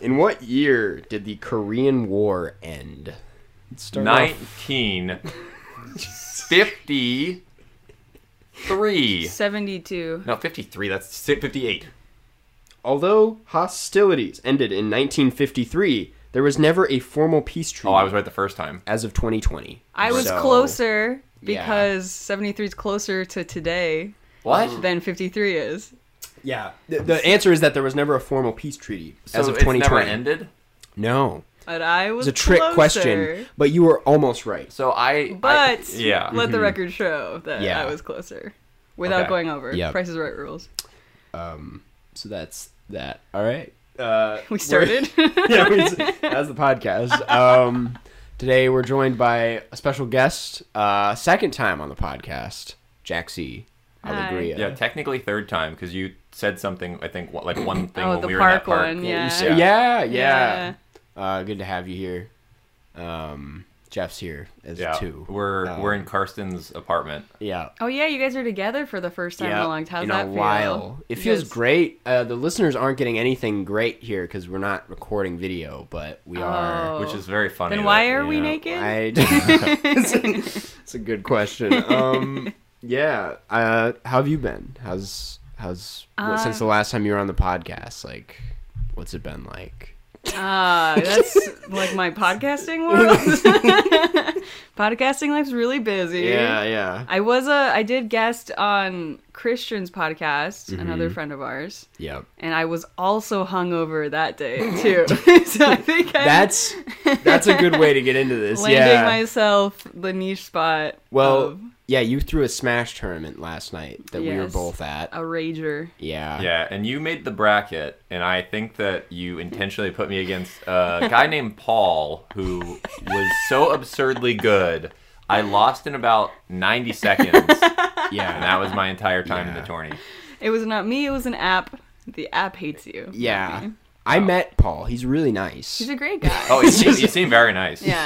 In what year did the Korean War end? Start off- 1953. 72. No, 53. That's si- 58. Although hostilities ended in 1953, there was never a formal peace treaty Oh, I was right the first time. as of 2020. I was So- closer yeah. because 73 is closer to today What? than 53 is. Yeah. The, the answer is that there was never a formal peace treaty as so of it's 2020. never ended? No. But I was It's a trick closer. question, but you were almost right. So I. But I, yeah. let the Mm-hmm. record show that Yeah. I was closer without Okay. going over. Yep. Price is right rules. So that's that. All right. Uh, We started. yeah, we, that's the podcast. Um, today we're joined by a special guest, uh, second time on the podcast, Jack C. Hi. Alegria. Mm-hmm. yeah, technically third time because you said something, I think, what- like one thing oh, when the we were park, in that park. one. You Yeah. say- yeah, yeah. Uh, good to have you here. Um, Jeff's here as Yeah, too. we're Um, we're in Karsten's apartment. yeah. Oh yeah, you guys are together for the first time in a long time. How's in that a feel? while. It You feels guys- great. Uh, the listeners aren't getting anything great here because we're not recording video, but we are. Oh. which is very funny. Then that, why are you we know, naked? I, it's, a, it's a good question. Um, yeah. Uh, how have you been? How's how's what, since Uh, the last time you were on the podcast? Like, what's it been like? Ah, that's like my podcasting world. podcasting life's really busy. Yeah, yeah, I was a I did guest on Christian's podcast, Mm-hmm. another friend of ours, yep. and I was also hungover that day too. so I think I'm That's that's a good way to get into this. landing yeah. myself the niche spot. well, of yeah. You threw a smash tournament last night that we were Yes. Oh. both at. a rager. Yeah. Yeah, and you made the bracket, and I think that you intentionally put me against a guy named Paul who was so absurdly good. I lost in about 90 seconds, and Yeah. that was my entire time in Yeah. the tourney. It was not me. It was an app. The app hates you. Yeah. I met Paul. He's really nice. He's a great guy. Oh, you seem, you seem very nice. Uh, yeah.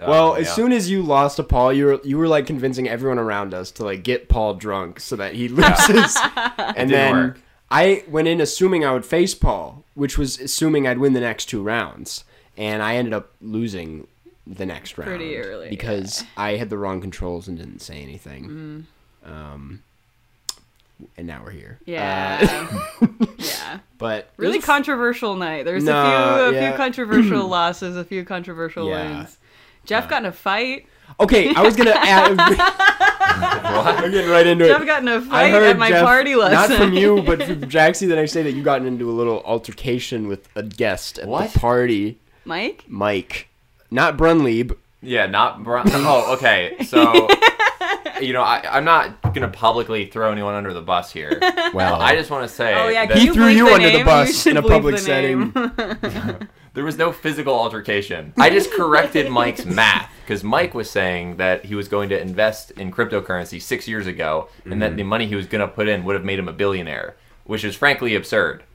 Um, well, as yeah. soon as you lost to Paul, you were you were like convincing everyone around us to like get Paul drunk so that he loses. and didn't then work. I went in assuming I would face Paul, which was assuming I'd win the next two rounds, and I ended up losing the next round Pretty early, because I had the wrong controls and didn't say anything. Um and now we're here. Uh, Mm-hmm. Yeah. yeah. but it was Really a controversial night. There's a No, few a yeah. few controversial losses, a few controversial Yeah. wins. Jeff got in a fight. Okay, I was gonna add. We're getting right into Jeff it. got in a fight at my party last not from night. you, but from Jaxie the next day that you gotten into a little altercation with a guest at What? the party, Mike? Mike, not Brunlieb. Yeah, not Bron. oh, okay. So, you know, I, I'm not going to publicly throw anyone under the bus here. Well, I just want to say Oh yeah, that can He you threw bleep you the under the name? You bus should in a bleep public the name. There was no physical altercation. I just corrected Mike's math because Mike was saying that he was going to invest in cryptocurrency six years ago and that the money he was going to put in would have made him a billionaire, which is frankly absurd.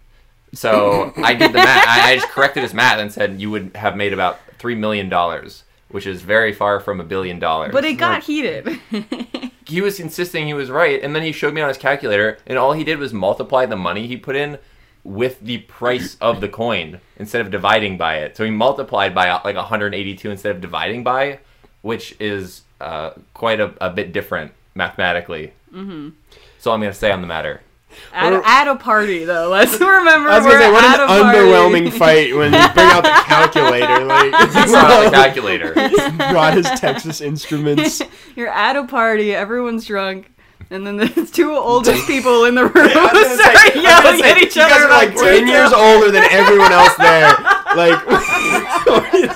So I did the math. I, I just corrected his math and said you would have made about $3 million, which is very far from a billion dollars. But it got heated. he was insisting he was right, and then he showed me on his calculator, and all he did was multiply the money he put in with the price of the coin instead of dividing by it. So he multiplied by uh, like 182 instead of dividing by, which is uh, quite a, a bit different mathematically. Mm-hmm. So I'm gonna say on the matter. at, Or- at a party though. Let's remember I was we're gonna say, what at an a party. underwhelming fight when you bring out the calculator, He brought out the like calculator. brought his Texas Instruments. You're at a party, everyone's drunk. And then there's two oldest people in the room was gonna start say- I was gonna yelling say, at each you guys other are about like ten details. years older than everyone else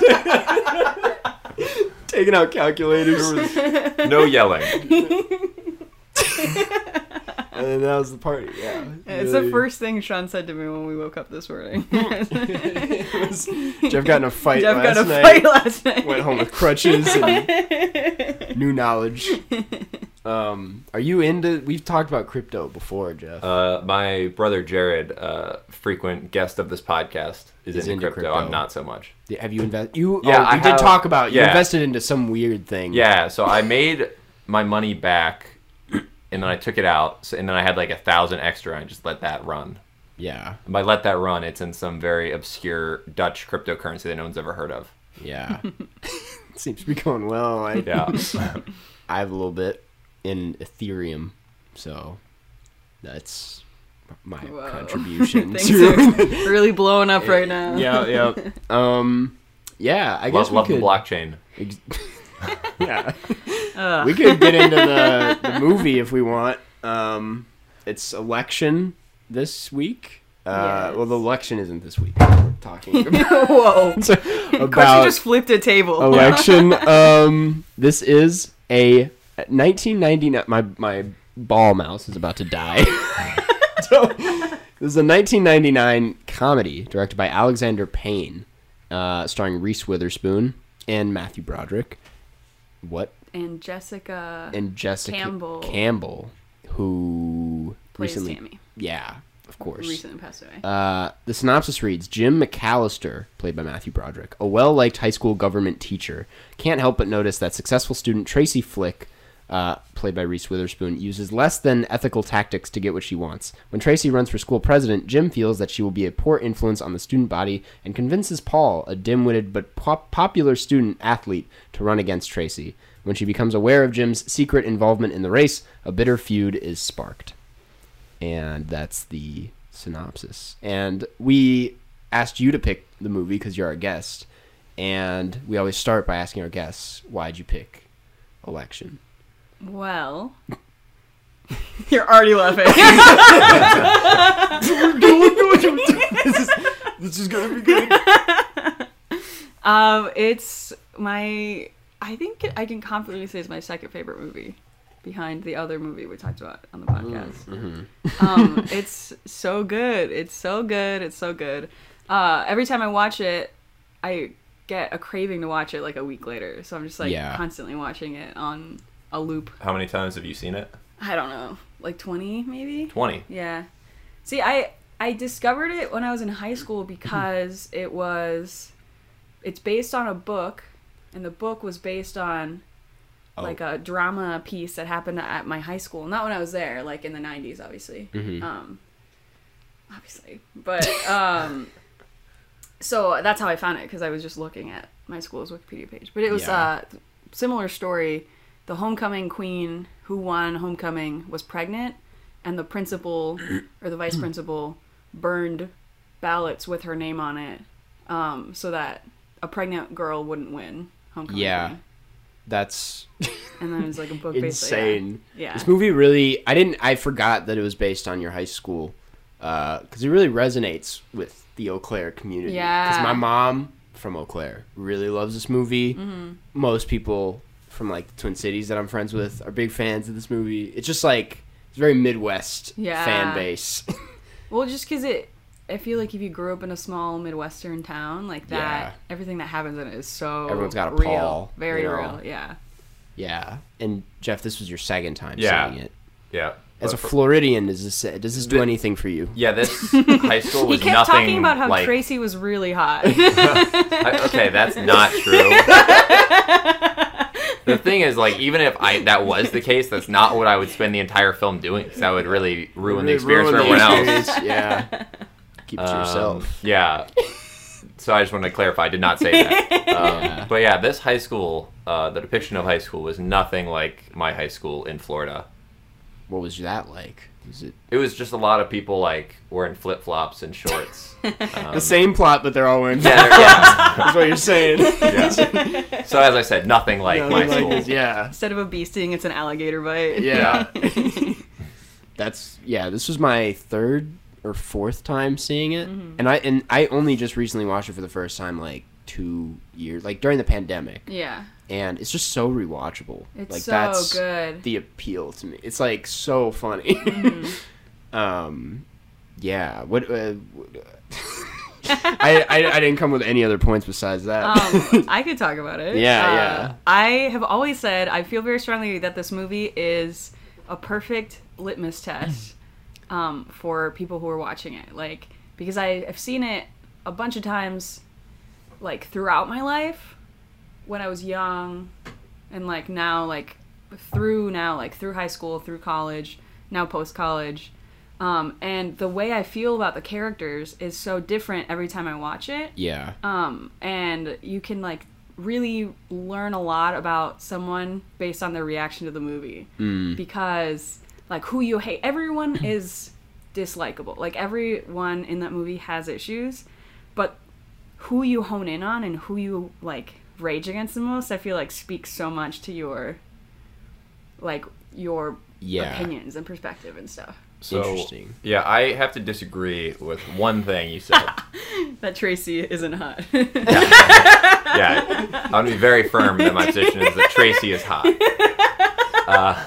there. Like taking out calculators, and No yelling. then that was the party. Yeah, It's the first thing Sean said to me when we woke up this morning. Jeff got in a fight Jeff last got a night. fight last night. Went home with crutches and new knowledge. Um, are you into? We've talked about crypto before, Jeff. Uh, my brother Jared, uh, frequent guest of this podcast, He's is into, into crypto. crypto. I'm not so much. Have you invested? You Yeah, oh, we I did have- talk about you yeah. invested into some weird thing. Yeah, so I made my money back, and then I took it out, so, and then I had like a thousand extra, and I just let that run. yeah, And by let that run, it's in some very obscure Dutch cryptocurrency that no one's ever heard of. yeah. Seems to be going well. I, Yeah, I have a little bit in Ethereum, so that's my Whoa. contribution. Things to are really blowing up right now. yeah, yeah. Um, yeah. I guess love, we love could. the blockchain. Ex- yeah, Ugh. we could get into the, the movie if we want. Um, it's election this week. Uh, Yes. Well, the election isn't this week. We're talking about, Whoa. Carson about just flipped a table. election. um, this is a 1999. My my ball mouse is about to die. so, this is a 1999 comedy directed by Alexander Payne, uh, starring Reese Witherspoon and Matthew Broderick. What and Jessica and Jessica Campbell. Campbell, who plays recently, Tammy. yeah, of course. Recently passed away. Uh, the synopsis reads Jim McAllister, played by Matthew Broderick, a well liked high school government teacher, can't help but notice that successful student Tracy Flick, uh, played by Reese Witherspoon, uses less than ethical tactics to get what she wants. When Tracy runs for school president, Jim feels that she will be a poor influence on the student body and convinces Paul, a dim witted but pop- popular student athlete, to run against Tracy. When she becomes aware of Jim's secret involvement in the race, a bitter feud is sparked and that's the synopsis. And we asked you to pick the movie because you're our guest, and we always start by asking our guests, "Why'd you pick Election?" well. You're already laughing. this, is, this is gonna be good. um, it's my. I think it- I can confidently say it's my second favorite movie, behind the other movie we talked about on the Mm-hmm. podcast. um, it's so good. It's so good. It's so good. Uh, every time I watch it, I get a craving to watch it like a week later. So I'm just like Yeah. constantly watching it on a loop. How many times have you seen it? I don't know, like 20 maybe. Twenty. Yeah. See, I I discovered it when I was in high school because it was it's based on a book and the book was based on Oh. like a drama piece that happened at my high school. Not when I was there, like in the 90s obviously. Mm-hmm. Um obviously. But um so that's how I found it cuz I was just looking at my school's Wikipedia page. But it was Yeah. uh similar story. The homecoming queen who won homecoming was pregnant, and the principal or the Hmm. vice principal burned ballots with her name on it um, so that a pregnant girl wouldn't win homecoming. Yeah. queen. That's And then it was like a book based insane. Yeah. This movie really, I didn't, I forgot that it was based on your high school, because it really resonates with the Eau Claire community. Yeah. Because my mom from Eau Claire really loves this movie. Mm-hmm. Most people from like the Twin Cities that I'm friends with are big fans of this movie. It's just like it's a very Midwest Yeah. fan base. Well, just because it, I feel like if you grew up in a small Midwestern town like that, Yeah. everything that happens in it is so Everyone's got a real, Paul, very you know? real. Yeah. yeah. And Jeff, this was your second time Yeah. seeing it. Yeah. As a But for- Floridian, does this does this do The- anything for you? yeah, this high school He was kept nothing talking about how like. Tracy was really hot. I- okay, that's not true. the thing is, like, even if I that was the case, that's not what I would spend the entire film doing. Because that would really ruin the Really experience for ruin everyone the else. experience, yeah. Keep it to Um, yourself. Yeah. So I just wanted to clarify. I did not say that. Um, But yeah, this high school, uh, the depiction of high school was nothing like my high school in Florida. What was that like? Was it It was just a lot of people like wearing flip flops and shorts. Um, the same plot, but they're all wearing? yeah, they're- yeah, That's what you're saying. yeah. So as I said, nothing like Yeah, my like, school. yeah, Instead of a bee sting, it's an alligator bite. yeah. That's yeah. This was my third or fourth time seeing it, Mm-hmm. and I and I only just recently watched it for the first time like two years, like during the pandemic, Yeah. and it's just so rewatchable. It's like so that's good. the appeal to me. It's like so Mm-hmm. funny. um, yeah. What? Uh, what- I, I I didn't come with any other points besides that. um, I could talk about it. Yeah, Uh, yeah. I have always said I feel very strongly that this movie is a perfect litmus test Mm. um, for people who are watching it. Like because I have seen it a bunch of times, like throughout my life, when I was young, and like now, like through now, like through high school, through college, now post college. Um, and the way I feel about the characters is so different every time I watch it yeah. um, and you can like really learn a lot about someone based on their reaction to the movie Hmm. because like who you hate everyone is dislikable like everyone in that movie has issues but who you hone in on and who you like rage against the most i feel like speaks so much to your like your Yeah. opinions and perspective and stuff So, Interesting. Yeah, I have to disagree with one thing you said. that tracy isn't hot yeah, I'm gonna be very firm that my position is that Tracy is hot. Uh,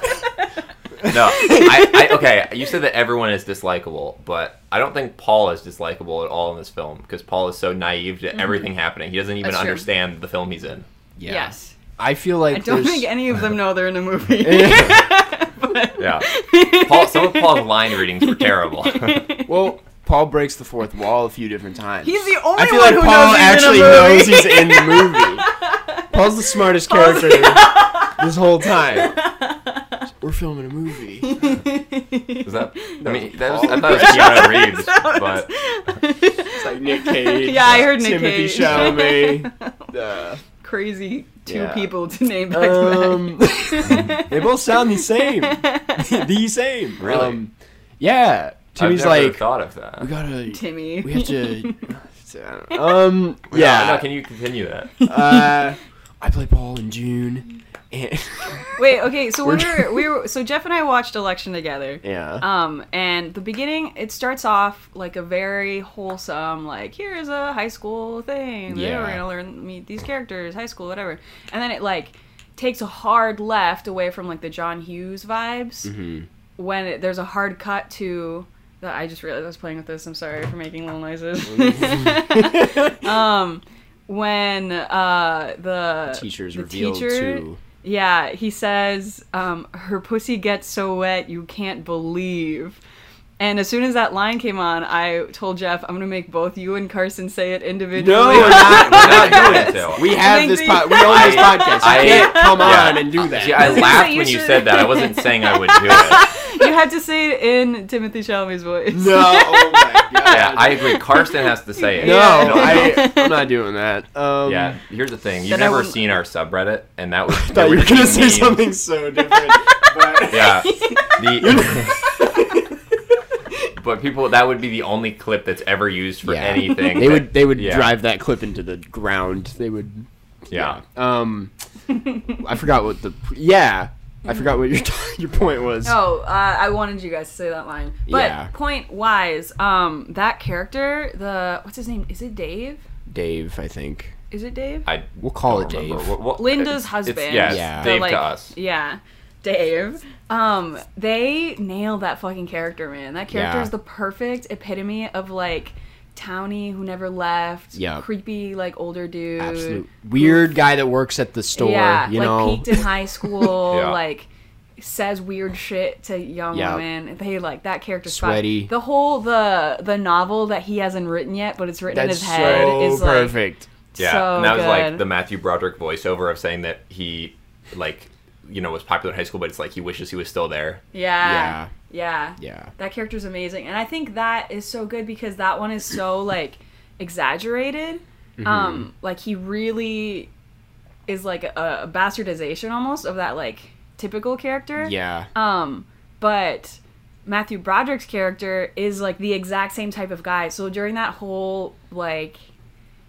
no, I, I okay. You said that everyone is dislikable, but I don't think Paul is dislikable at all in this film because Paul is so naive to everything happening. He doesn't even That's true. understand the film he's in. Yeah. yes I feel i like don't there's- think any of them know they're in a movie Yeah, Paul. Some of Paul's line readings were terrible. Well, Paul breaks the fourth wall a few different times. He's the only I feel like one who Paul knows he's actually in a movie. knows he's in the movie. Paul's the smartest character this whole time. We're filming a movie. Is that? I mean, that was, I thought it was Keanu Reeves, but It's like Nick Cage. uh, Yeah, I heard Nick Timothy Cage. Chalamet. Uh, Crazy two Yeah. people to name back um, to they both sound the same. the same. Really? Um, yeah. Timmy's I've never like, thought of that. we gotta. Timmy. We have to. um. Yeah. Yeah. No, can you continue that? uh, I play Paul in June. And Wait, okay, so we We're- were we were so Jeff and I watched Election together. yeah. Um, and the beginning, it starts off like a very wholesome, like here's a high school thing. Yeah. Yeah. We're gonna learn meet these characters, high school, whatever. And then it like takes a hard left away from like the John Hughes vibes Mm-hmm. when it, there's a hard cut to. That I just realized I was playing with this. I'm sorry for making little noises. um, when uh the Teachers the revealed teacher- to yeah, he says, um, her pussy gets so wet you can't believe. And as soon as that line came on, I told Jeff, I'm going to make both you and Carson say it individually. No, we're We're not. not going to. We I have think this. the- Po- we own this I- podcast. I- You can't come yeah. on and do that. See, I was gonna laughed say, you when you should- said that. I wasn't saying I would do it. you had to say it in Timothy Chalamet's voice. no. Oh my god. Yeah, I agree. Karsten has to say it. No, Yeah. I, I'm not doing that. Um, Yeah, here's the thing. You've Then I never wouldn't- seen our subreddit, and that was. I thought you were gonna say something so different. But Yeah. The, but people, that would be the only clip that's ever used for Yeah. anything. They that- would. They would yeah. drive that clip into the ground. They would. Yeah. Um. I forgot what the. Yeah. I forgot what your your point was. Oh, uh, I wanted you guys to say that line. But Yeah. point wise, um, that character, the, what's his name? Is it Dave? Dave, I think. Is it Dave? I We'll call don't it Dave. remember. What- what- Linda's it's- husband. It's, yeah, it's Yeah. Dave the, like, to us. Yeah, Dave. Um, they nailed that fucking character, man. That character Yeah. is the perfect epitome of like townie who never left. Yep. creepy like older dude. Absolute weird guy that works at the store. yeah, you like know. peaked in high school. Yeah. Like says weird shit to young Yep. women. They like that character. Sweaty. The whole the the novel that he hasn't written yet, but it's written That's in his head so is like perfect. Yeah, so and that was like good. the Matthew Broderick voiceover of saying that he, like, you know, was popular in high school, but it's like he wishes he was still there. yeah, yeah, Yeah. That character's amazing. And I think that is so good because that one is so like exaggerated. Um like he really is like a, a bastardization almost of that like typical character. Yeah. Um but Matthew Broderick's character is like the exact same type of guy. So during that whole like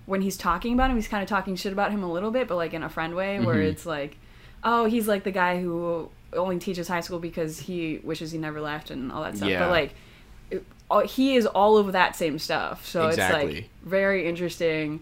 when he's talking about him, he's kind of talking shit about him a little bit, but like in a friend way where Mm-hmm. it's like, oh, he's like the guy who only teaches high school because he wishes he never left and all that stuff. Yeah. But like, it, all, he is all of that same stuff. So it's like Exactly. very interesting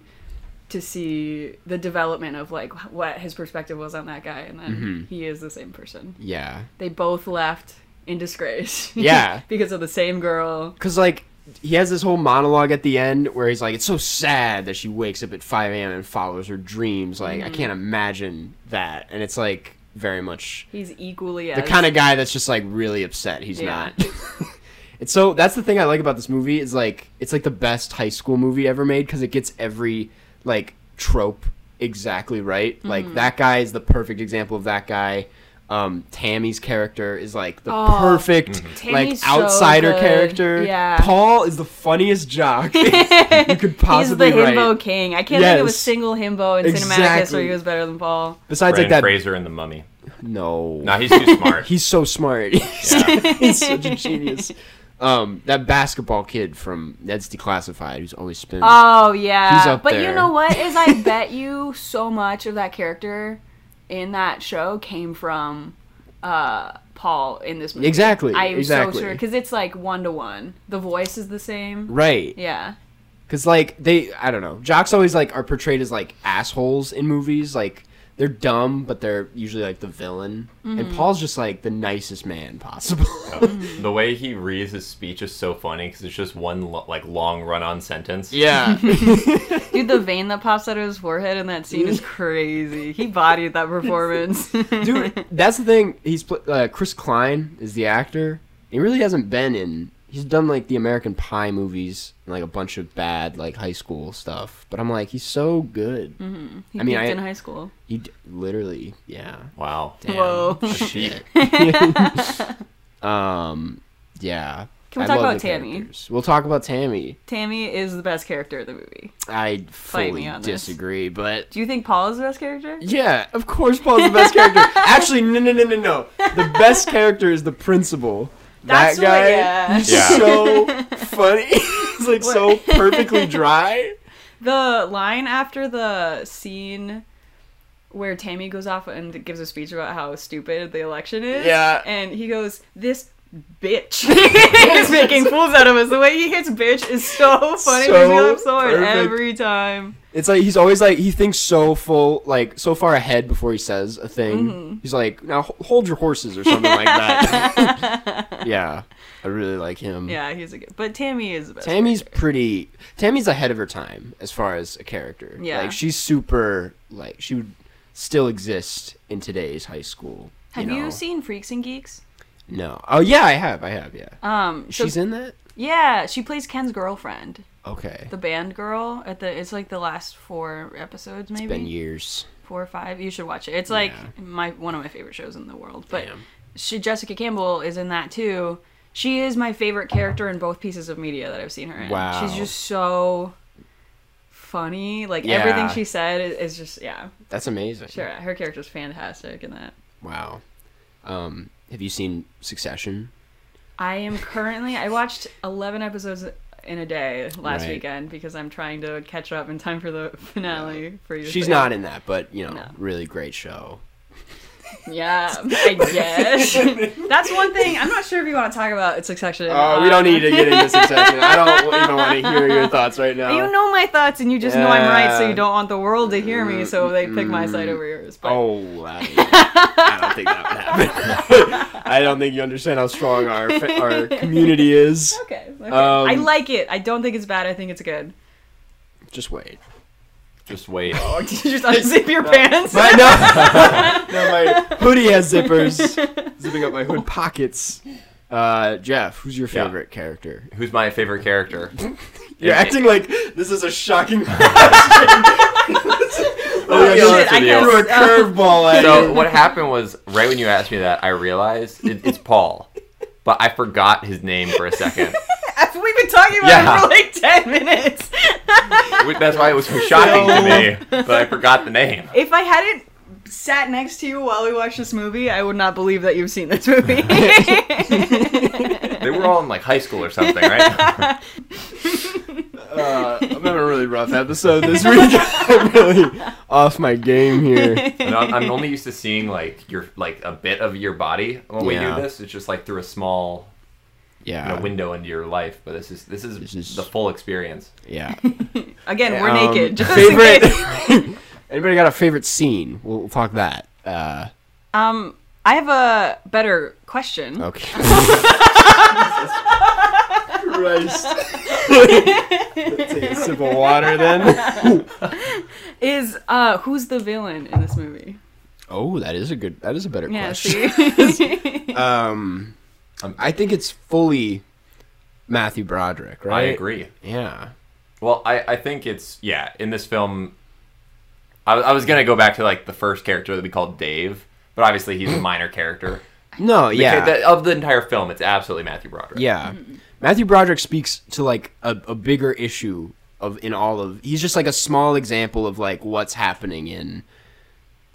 to see the development of like what his perspective was on that guy, and then Mm-hmm. he is the same person. Yeah. They both left in disgrace. Yeah. because of the same girl. Cause like he has this whole monologue at the end where he's like, "It's so sad that she wakes up at 5 a.m. and follows her dreams." Like, Mm. I can't imagine that. And it's like very much He's equally the as kind of guy that's just like really upset he's Yeah. not. it's so that's the thing I like about this movie is like it's like the best high school movie ever made because it gets every like trope exactly right. Mm-hmm. Like that guy is the perfect example of that guy. Um, Tammy's character is like the Oh, perfect Tammy's like so outsider good. character. Yeah. Paul is the funniest jock you could possibly He's the write. himbo king. I can't think of a Yes. single himbo in cinematic history Exactly. who was better than Paul. Besides Brendan like that, Fraser in the Mummy. no, Nah, he's too smart. He's so smart. He's, he's such a genius. Um, that basketball kid from Ned's Declassified who's always spinning. Oh yeah. He's up but there. you know what is I bet you so much of that character in that show came from uh Paul in this movie. Exactly, I am exactly. so sure cuz it's like one to one. The voice is the same. right. Yeah. Because, like, they, I don't know. Jocks always, like, are portrayed as, like, assholes in movies. Like, they're dumb, but they're usually, like, the villain. And Paul's just, like, the nicest man possible. Mm. the way he reads his speech is so funny because it's just one lo- like long run-on sentence. yeah. Dude, the vein that pops out of his forehead in that scene is crazy. He bodied that performance. Dude, that's the thing. He's, pl- uh, Chris Klein is the actor. He really hasn't been in. He's done, like, the American Pie movies and, like, a bunch of bad, like, high school stuff. But I'm like, he's so good. he I mean, peaked I- in high school. He d- literally, yeah. Wow. Damn. Whoa. Shit. Um, yeah. Can we I talk love about the Tammy? characters. We'll talk about Tammy. Tammy is the best character in the movie. I me fully on this. disagree, but Do you think Paul is the best character? yeah, of course Paul's the best character. Actually, no, no, no, no, no. The best character is the principal. That's that what- guy yeah. he's Yeah. so funny. he's like so perfectly dry. The line after the scene where Tammy goes off and gives a speech about how stupid the election is. Yeah. And he goes, This bitch is making fools out of us. The way he hits bitch is so funny. It makes me So laugh so hard perfect. every time. It's like he's always like he thinks so full, like so far ahead before he says a thing. Mm-hmm. He's like, "Now h- hold your horses" or something like that. yeah, I really like him. Yeah, he's a good. But Tammy is the best. Hmm. Tammy's pretty. Tammy's ahead of her time as far as a character. Yeah. like she's super. Like she would still exist in today's high school. Have you, know? seen Freaks and Geeks? No. Oh yeah, I have. I have. Yeah. Um, so- she's in that. yeah, she plays Ken's girlfriend, Okay. the band girl. At the it's like the last four episodes, maybe Been years. four or five. You should watch it. It's like Yeah. my one of my favorite shows in the world. But Damn. she Jessica Campbell is in that too. She is my favorite character in both pieces of media that I've seen her in. Wow. She's just so funny. Like Yeah. everything she said is, is just yeah. That's amazing. Sure, her character's fantastic in that. Wow. Um, have you seen Succession? I am currently. I watched eleven episodes in a day last Right. weekend because I'm trying to catch up in time for the finale. For you, She's not in that, but you know, No. really great show. Yeah, I guess that's one thing. I'm not sure if you want to talk about Succession. Oh, we Um, don't need to get into Succession. I don't even want to hear your thoughts right now. You know my thoughts, and you just know I'm right, so Yeah. Mm-hmm. you don't want the world to hear me. So they pick my side over yours. But Oh, I, I don't think that would happen. I don't think you understand how strong our fa- our community is. okay, okay. Um, I like it. I don't think it's bad. I think it's good. Just wait. Just wait. Did you just unzip your pants? My, no, no, my hoodie has zippers, zipping up my hood pockets. Uh, Jeff, who's your Yeah. favorite character? Who's my favorite character? You're Yeah. acting like this is a shocking. question. Oh, yeah, shit, I threw a guess, um, curveball at So you. what happened was right when you asked me that, I realized it, it's Paul, but I forgot his name for a second. We've been talking about Yeah. it for like ten minutes. Which- That's why it was so shocking to me, but I forgot the name. If I hadn't sat next to you while we watched this movie, I would not believe that you've seen this movie. They were all in like high school or something, right? Uh, I'm having a really rough episode this week. I'm really off my game here. And I'm, I'm only used to seeing like your like a bit of your body when we Yeah. do this. It's just like through a small you know, Yeah. window into your life, but this is this is, This is- the full experience. Yeah. Again, we're Um, naked. Just In case. favorite. Anybody got a favorite scene? We'll, we'll talk that. Uh, Um, I have a better question. okay. Christ. Take a sip of water then. Is uh, who's the villain in this movie? Oh, that is a good. That is a better Yeah, question. see, Um, I think it's fully Matthew Broderick, I right? agree. Yeah. Well, I, I think it's yeah. In this film, I, I was gonna go back to like the first character that we called Dave, but obviously he's a minor character. No, The yeah. ca- that- of the entire film, it's absolutely Matthew Broderick. Yeah. Mm-hmm. Matthew Broderick speaks to like a, a bigger issue of in all of he's just like a small example of like what's happening in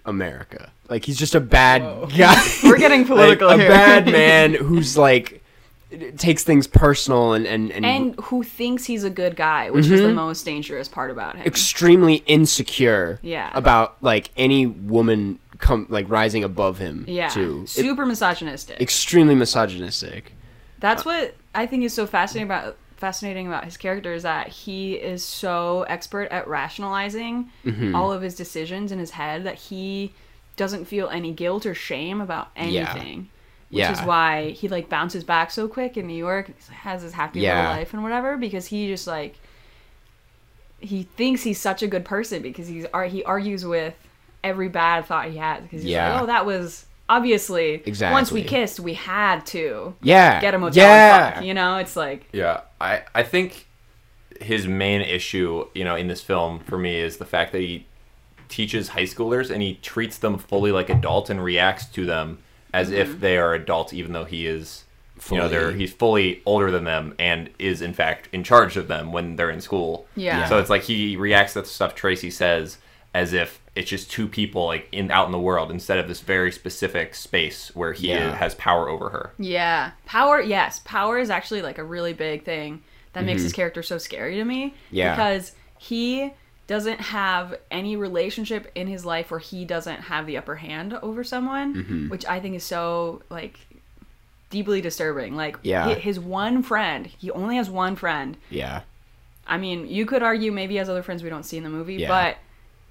America. Like he's just a bad guy. We're getting political like, here. A bad man who's like takes things personal and and, and, and who thinks he's a good guy, which is the Mm-hmm. most dangerous part about him. extremely insecure Yeah. about like any woman come like rising above him Yeah, too. It- super misogynistic. extremely misogynistic. Uh. That's what I think is so fascinating about fascinating about his character is that he is so expert at rationalizing Mm-hmm. all of his decisions in his head that he doesn't feel any guilt or shame about Yeah. anything. Which Yeah. is why he like bounces back so quick in New York, has his happy Yeah. little life and whatever, because he just like he thinks he's such a good person because he's ar- he argues with every bad thought he has because he's Yeah. like, oh, that was obviously once Exactly. we kissed, we had to Yeah. get a motel Yeah. and fuck. You know, it's like Yeah, I, I think his main issue, you know, in this film for me is the fact that he teaches high schoolers and he treats them fully like adults and reacts to them as Mm-hmm. if they are adults, even though he is, you know, they're, Fully. he's fully older than them and is in fact in charge of them when they're in school. Yeah. Yeah. So it's like he reacts to the stuff Tracy says as if it's just two people like in out in the world instead of this very specific space where he Yeah. has power over her. yeah, power. Yes, power is actually like a really big thing that makes his character so scary to me. Mm-hmm. Yeah. because he doesn't have any relationship in his life where he doesn't have the upper hand over someone, Mm-hmm. which I think is so like deeply disturbing. Like Yeah. hi- his one friend, he only has one friend. Yeah. I mean, you could argue maybe he has other friends we don't see in the movie, Yeah. but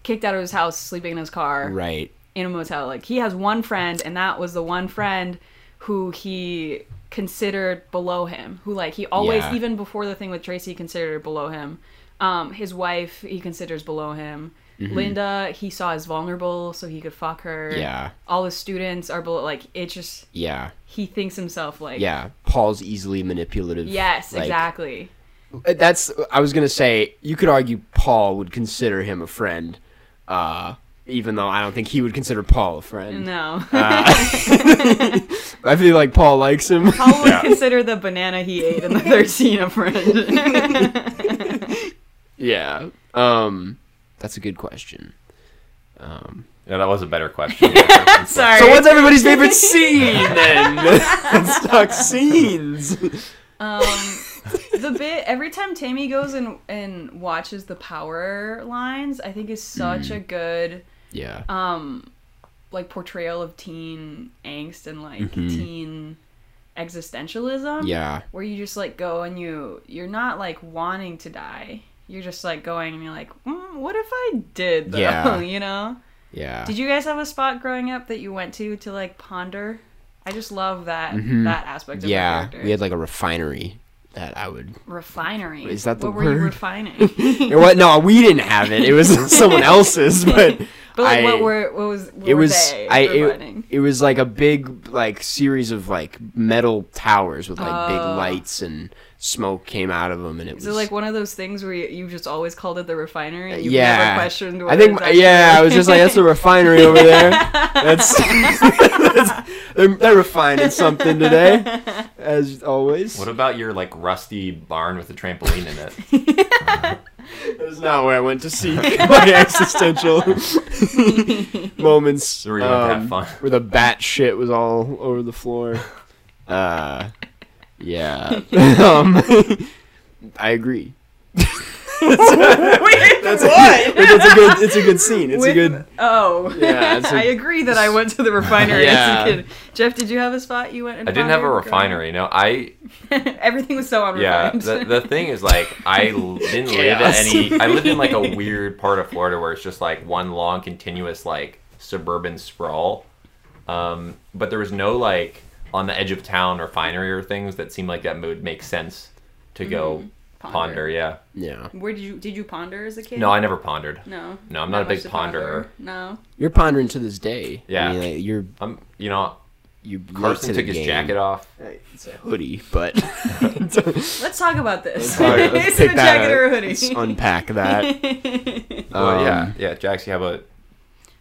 kicked out of his house, sleeping in his car, Right. in a motel. Like he has one friend, and that was the one friend who he considered below him. Who like he always, Yeah. even before the thing with Tracy, he considered her below him. Um, his wife he considers below him. Mm-hmm. Linda he saw as vulnerable, so he could fuck her. Yeah. All his students are below. Like it just Yeah. he thinks himself like Yeah. Paul's easily manipulative. Yes, Like, uh, exactly. That's I was gonna say. You could argue Paul would consider him a friend, uh, even though I don't think he would consider Paul a friend. No. Uh, I feel like Paul likes him. Paul would Yeah. consider the banana he ate in the 13 a friend. yeah. Um, that's a good question. Um, Yeah, that was a better question. Sorry. so what's everybody's favorite scene then? Stuck scenes. Um, the bit every time Tammy goes and and watches the power lines, I think is such Mm. a good Yeah. um like portrayal of teen angst and like teen existentialism. Mm-hmm. yeah. Where you just like go and you you're not like wanting to die. You're just like going and you're like, mm, what if I did though? Yeah. you know. Yeah. Did you guys have a spot growing up that you went to to like ponder? I just love that that aspect of the Mm-hmm. yeah. character We had like a refinery that I would refinery. Is that the what were word? you refining? It was no, we didn't have it. It was someone else's, but But like, I, what were what was what it were was they I it, refining? it was like a big like series of like metal towers with like big Oh. lights and smoke came out of them, and it Is it was like one of those things where you, you just always called it the refinery? And you yeah. never questioned. What I think it was yeah, I actually? was just like that's a refinery over there. That's, that's- they're, they're refining something today, as always. What about your like rusty barn with a trampoline in it? That's not where I went to seek my existential moments. Um, Where you went to have fun. Where the bat shit was all over the floor. Uh, yeah. um, I agree. that's what? it's a good. It's a good scene. It's a With- good. Oh, Yeah, it's a- I agree that I went to the refinery Yeah. as a kid. Jeff, did you have a spot you went? And I didn't have a pondered growing refinery. No, I up? Everything was so yeah. unrefined. The, the thing is like I l- didn't live at Chaos. any. I lived in like a weird part of Florida where it's just like one long continuous like suburban sprawl. Um, but there was no like on the edge of town refinery or things that seemed like that would make sense to go Ponder. ponder. Yeah. Yeah. Where did you did you ponder as a kid? No, I never pondered. No. No, I'm Not not a much big to ponder. ponderer. No. You're pondering to this day. Yeah. I mean, like, you're I'm, Um, you know, you late Carson to the took his game. jacket off. It's a hoodie, but Let's talk about this. All right, let's Is it pick a that jacket up. or a hoodie? Let's unpack that. Well, Um, yeah, yeah. Jax, you have a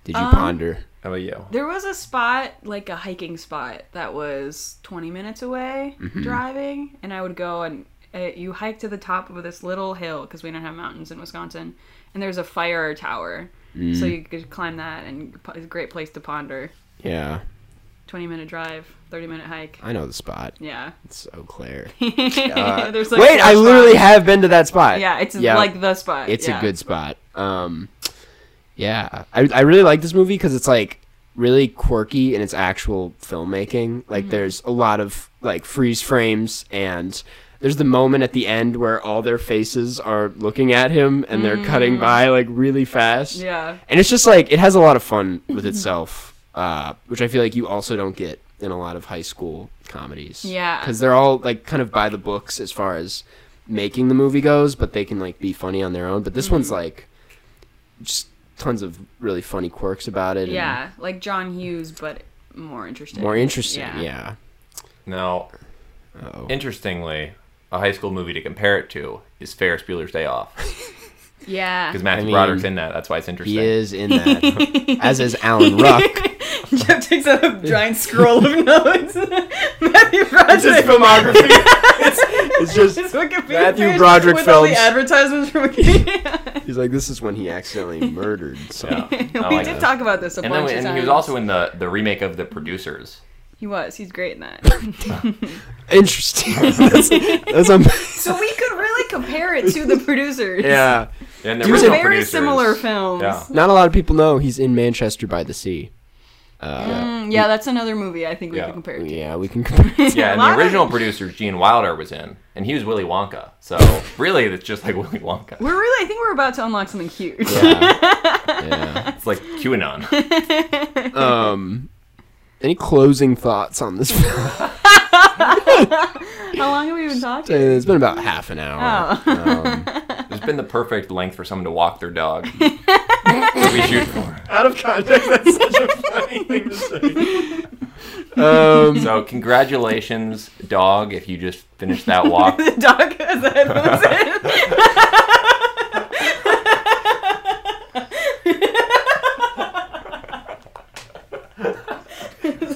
Did you Um, ponder? how about you? There was a spot, like a hiking spot, that was 20 minutes away Mm-hmm. driving, and I would go and uh, you hike to the top of this little hill because we don't have mountains in Wisconsin, and there's a fire tower, Mm. so you could climb that, and p- it's a great place to ponder. Yeah, 20 minute drive, 30 minute hike. I know the spot. Yeah. It's Eau Claire. There's, like, Wait, four I literally spots. have been to that spot. Yeah, it's like the spot. it's yeah. a good spot. Um, yeah, I I really like this movie because it's like really quirky in its actual filmmaking. Mm-hmm. Like there's a lot of like freeze frames and. There's the moment at the end where all their faces are looking at him and they're cutting by like really fast. Mm. Yeah. and it's just like it has a lot of fun with itself uh, which i feel like you also don't get in a lot of high school comedies Yeah. because they're all like kind of by the books as far as making the movie goes but they can like be funny on their own but this one's Mm-hmm. like just tons of really funny quirks about it and Yeah. Like John Hughes, but more interesting. more interesting Yeah. yeah, Now, Uh-oh. interestingly, a high school movie to compare it to is Ferris Bueller's Day Off Yeah. because Matthew I mean, Broderick's in that. That's why it's interesting. he is in that as is alan ruck Jeff takes out a giant scroll of notes. Matthew It's his Broderick. filmography it's, it's His just Wikipedia Matthew page Broderick with all the films. advertisements from Wikipedia. he's like this is when he accidentally murdered someone. Yeah. we Oh, I like did that. talk about this a And then bunch we- of and times. he was also in the the remake of The Producers. He was. He's great in that. interesting that's, that's amazing so we could really compare it to the producers. yeah And the He They're was in- original very Producers. similar films. Yeah. Yeah. Not a lot of people know he's in Manchester by the Sea. Uh, Mm, yeah, that's another movie I think we Yeah. could compare it to. yeah, we can compare. Yeah, and A lot the of- original producers Gene Wilder was in, and he was Willy Wonka. So really, it's just like Willy Wonka. We're really, I think we're about to unlock something huge. yeah. yeah. It's like QAnon. Um, any closing thoughts on this film? How long have we been talking? it's been about half an hour. Oh. Um, It's been the perfect length for someone to walk their dog. What we shoot for. out of context, that's such a funny thing to say. Um, So congratulations, dog, if you just finished that walk. the dog has the headphones in.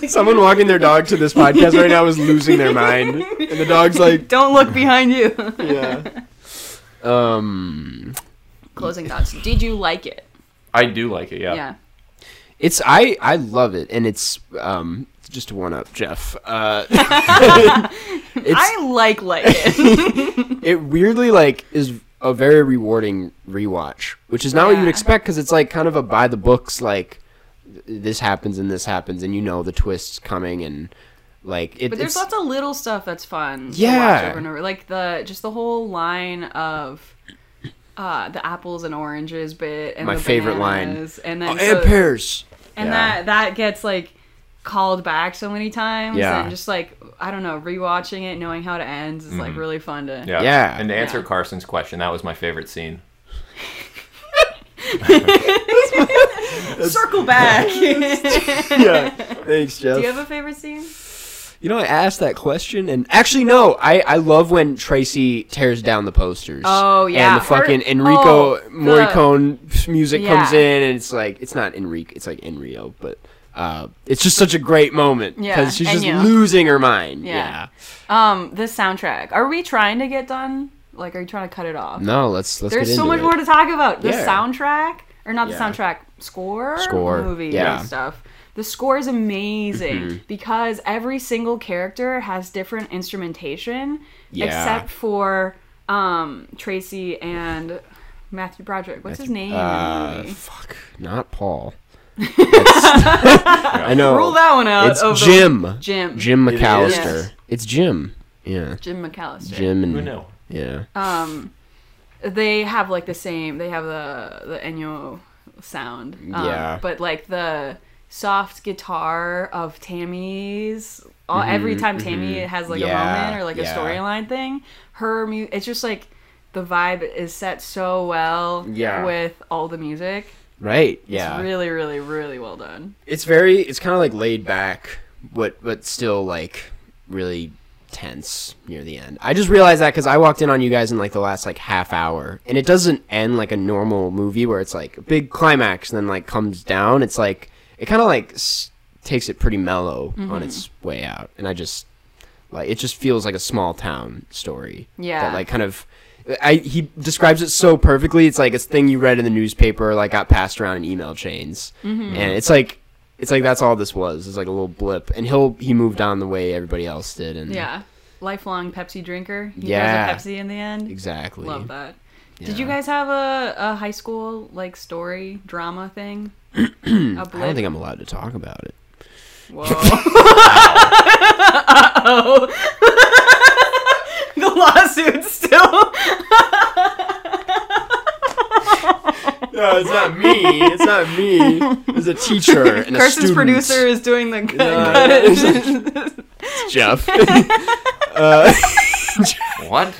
someone walking their dog to this podcast right now is losing their mind, and the dog's like, Don't look behind you. yeah. Um, Closing thoughts. Did you like it? I do like it. Yeah. Yeah. It's I I love it, and it's um just to one up Jeff. Uh, it's I like like it. it weirdly like is a very rewarding rewatch, which is not what you'd Yeah. expect because it's like kind of a by the books like th- this happens and this happens and you know the twists coming and like it, But there's it's lots of little stuff that's fun. to Yeah. watch over and over. Like the just the whole line of uh, the apples and oranges bit and My the favorite line. bananas, And oh, then so- and pears. and Yeah. that that gets like called back so many times Yeah. and just like I don't know, rewatching it, knowing how it ends is like really fun to Yeah. Mm-hmm. Yeah. And to answer Yeah. Carson's question, that was my favorite scene. circle back. Do yeah, thanks Jeff. you have a favorite scene? You know, I asked that question, and actually, no. I, I love when Tracy tears down the posters. Oh, yeah. and the fucking Or- Enrico oh, the- Morricone music comes Yeah. in, and it's like it's not Enrique, it's like Enrio, but uh, it's just such a great moment Yeah, because she's and just you. losing her mind. Yeah. Yeah. Um, the soundtrack. Are we trying to get done? Like, are you trying to cut it off? No, let's let's There's get so into much it. more to talk about. The Yeah. soundtrack, or not the Yeah. soundtrack, score, Score, movie, yeah. Mm-hmm. and stuff. The score is amazing because every single character has different instrumentation, Yeah. except for um, Tracy and Matthew Broderick. What's his name? in the Uh, movie? fuck, not Paul. That's- I know. Rule that one out. It's of the- Jim. Jim. Jim It is? McAllister. It's Jim. Yeah. Jim McAllister. Jim and Who knew? yeah. um they have like the same they have the the Ennio sound um, Yeah. but like the soft guitar of Tammy's. All, every time Tammy has like Mm-hmm, Yeah, a moment or like yeah. a storyline thing, her mu- it's just like the vibe is set so well Yeah. with all the music. Right. Yeah. It's really, really, really well done. it's very it's kind of like laid back but but still like really tense near the end i just realized that because i walked in on you guys in like the last like half hour and it doesn't end like a normal movie where it's like a big climax and then like comes down it's like it kind of like s- takes it pretty mellow on its way out and i just like it just feels like a small town story Yeah. that like kind of I, he describes it so perfectly. It's like it's thing you read in the newspaper, like got passed around in email chains, and it's like it's like that's all this was. It's like a little blip, and he'll he moved on the way everybody else did, and Yeah. Lifelong Pepsi drinker. He Mm-hmm. Yeah. has a Pepsi in the end. exactly. Love that. Did Yeah. you guys have a, a high school like story drama thing? I I don't think I'm allowed to talk about it. Whoa. Uh-oh. the lawsuit still. No, it's not me. It's not me. It's a teacher and a Carson's student. producer is doing the cut. Yeah. cut it. Jeff. uh, What?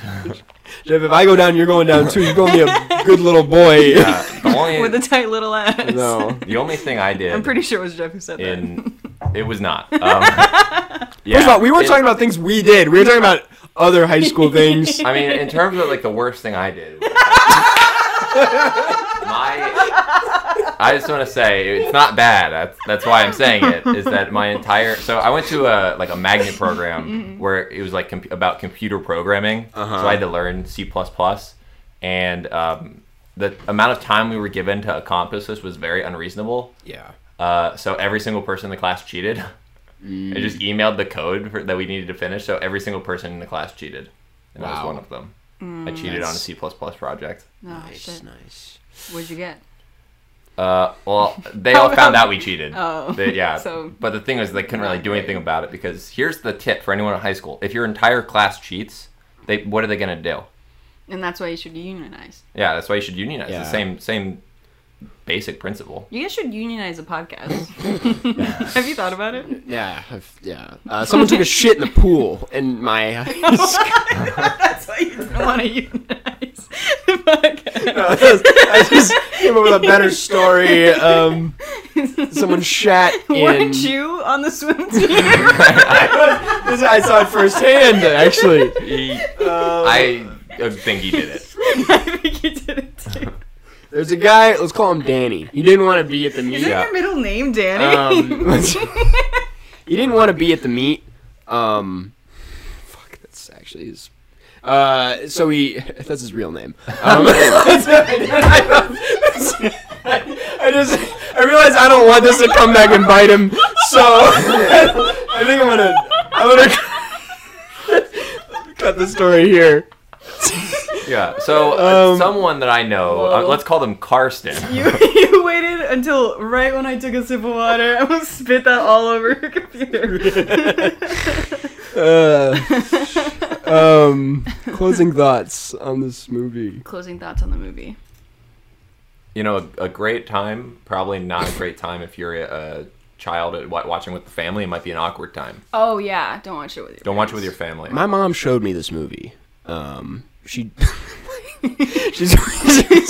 Jeff, if I go down, you're going down too. You're going to be a good little boy. Yeah, Uh, the only with a tight little ass. No. the only thing I did I'm pretty sure it was Jeff who said that. in it was not. Um, yeah, First of all, we weren't it- talking about things we did. We were talking about other high school things. I mean, in terms of like the worst thing I did, was- my I just want to say it's not bad. That's that's why I'm saying it is that my entire so I went to a like a magnet program where it was like com- about computer programming. Uh-huh. So I had to learn C and um, the amount of time we were given to accomplish this was very unreasonable. Yeah. Uh, so every single person in the class cheated. I just Mm. emailed the code for, that we needed to finish. So every single person in the class cheated, and I was Wow. one of them. Mm. I cheated on a That's- C project. No, Oh, Oh, shit. nice. What'd you get? Uh, well, they all found out we cheated. Oh. They- yeah. So- but the thing is, they couldn't really Not do great. anything about it because here's the tip for anyone in high school: if your entire class cheats, they what are they gonna do? And that's why you should unionize. Yeah, that's why you should unionize. Yeah. The same same basic principle. You guys should unionize a podcast. Have you thought about it? Yeah, I've- yeah. Uh, someone took a shit in the pool, and my That's why you didn't want to unionize the podcast. I just came up with a better story. Um, someone shat in. Weren't you on the swim team? I, was- this- I saw it firsthand, actually. He, Um, I think he did it. I think you did it too. there's a guy. Let's call him Danny. He didn't want to be at the meet. Isn't your middle name Danny? Um, let's- he didn't want to be at the meet. Um, fuck, that's actually his. Uh, so he that's his real name. Um, I just I realize I don't want this to come back and bite him, so I think I'm gonna I'm gonna cut the story here. Yeah. So uh, Um, someone that I know, uh, Whoa. let's call them Karsten. You, you waited until right when I took a sip of water. I almost spit that all over your computer. Uh, um, closing thoughts on this movie. Closing thoughts on the movie. you know, a, a great time. Probably not a great time if you're a, a child at, wa- watching with the family. It might be an awkward time. Oh yeah, don't watch it with your. Don't watch it with your family. My mom showed me this movie. Um, she. she's. she's, she-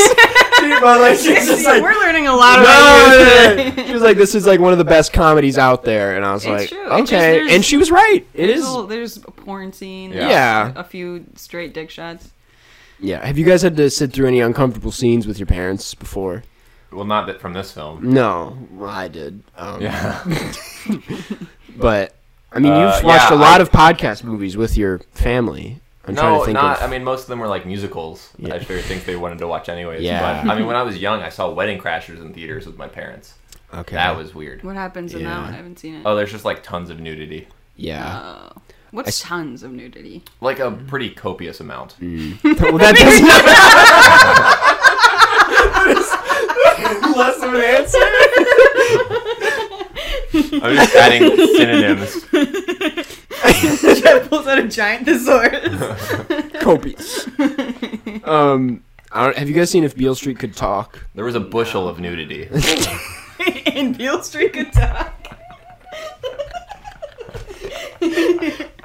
well, like, she's just like. We're learning a lot No, about you no, today. no, no. She was like, "This is like one of the best comedies out there," and I was It's like, true. It just- "Okay," there's- and she was right. It There's, is. a, there's a porn scene. Yeah. there's Yeah. A few straight dick shots. Yeah. Have you guys had to sit through any uncomfortable scenes with your parents before? Well, not that from this film. No, well, I did. Um, Yeah. But I mean, Uh, you've watched yeah, a lot I- of podcast movies with your family. I'm trying to no, think not. of. I mean, most of them were like musicals. Yeah. I figured things they wanted to watch anyways. Yeah. But I mean, when I was young, I saw Wedding Crashers in theaters with my parents. okay. That was weird. What happens in Yeah. that one? I haven't seen it. Oh, there's just like tons of nudity, yeah. Oh. I What's s- tons of nudity? like a pretty copious amount. Mm. well, that does not. Less of an answer. I'm just adding synonyms. Jeff pulls out a giant thesaurus. Copious. Um, I don't, have you guys seen if Beale Street could talk? There was a bushel of nudity. and Beale Street could talk.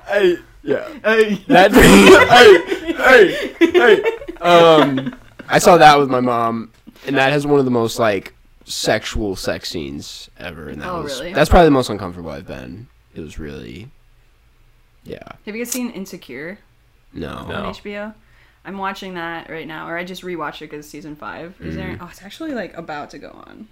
Hey, yeah. Hey. That hey, hey, hey. Um, I saw that with my mom, and that has one of the most like sexual sex scenes ever. And that Oh, was really? that's probably the most uncomfortable I've been. It was really, yeah, Have you guys seen Insecure no, No. on HBO? I'm watching that right now, or I just rewatched it because season five is there. Oh, it's actually like about to go on,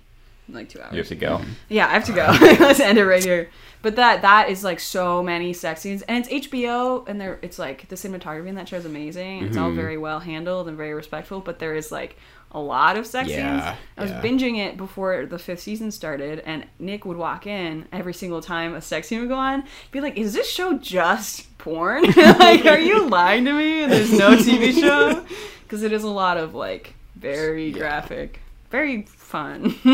in, like two hours. You have to go. Yeah, I have to go. Let's end it right here. But that that is like so many sex scenes, and it's HBO, and they're it's like the cinematography in that show is amazing. It's Mm-hmm. all very well handled and very respectful, but there is like a lot of sex Yeah, scenes. I was yeah. binging it before the fifth season started, and Nick would walk in every single time a sex scene would go on, be like, "Is this show just porn? like, are you lying to me? And there's no TV show because it is a lot of like very graphic, very fun." fun Very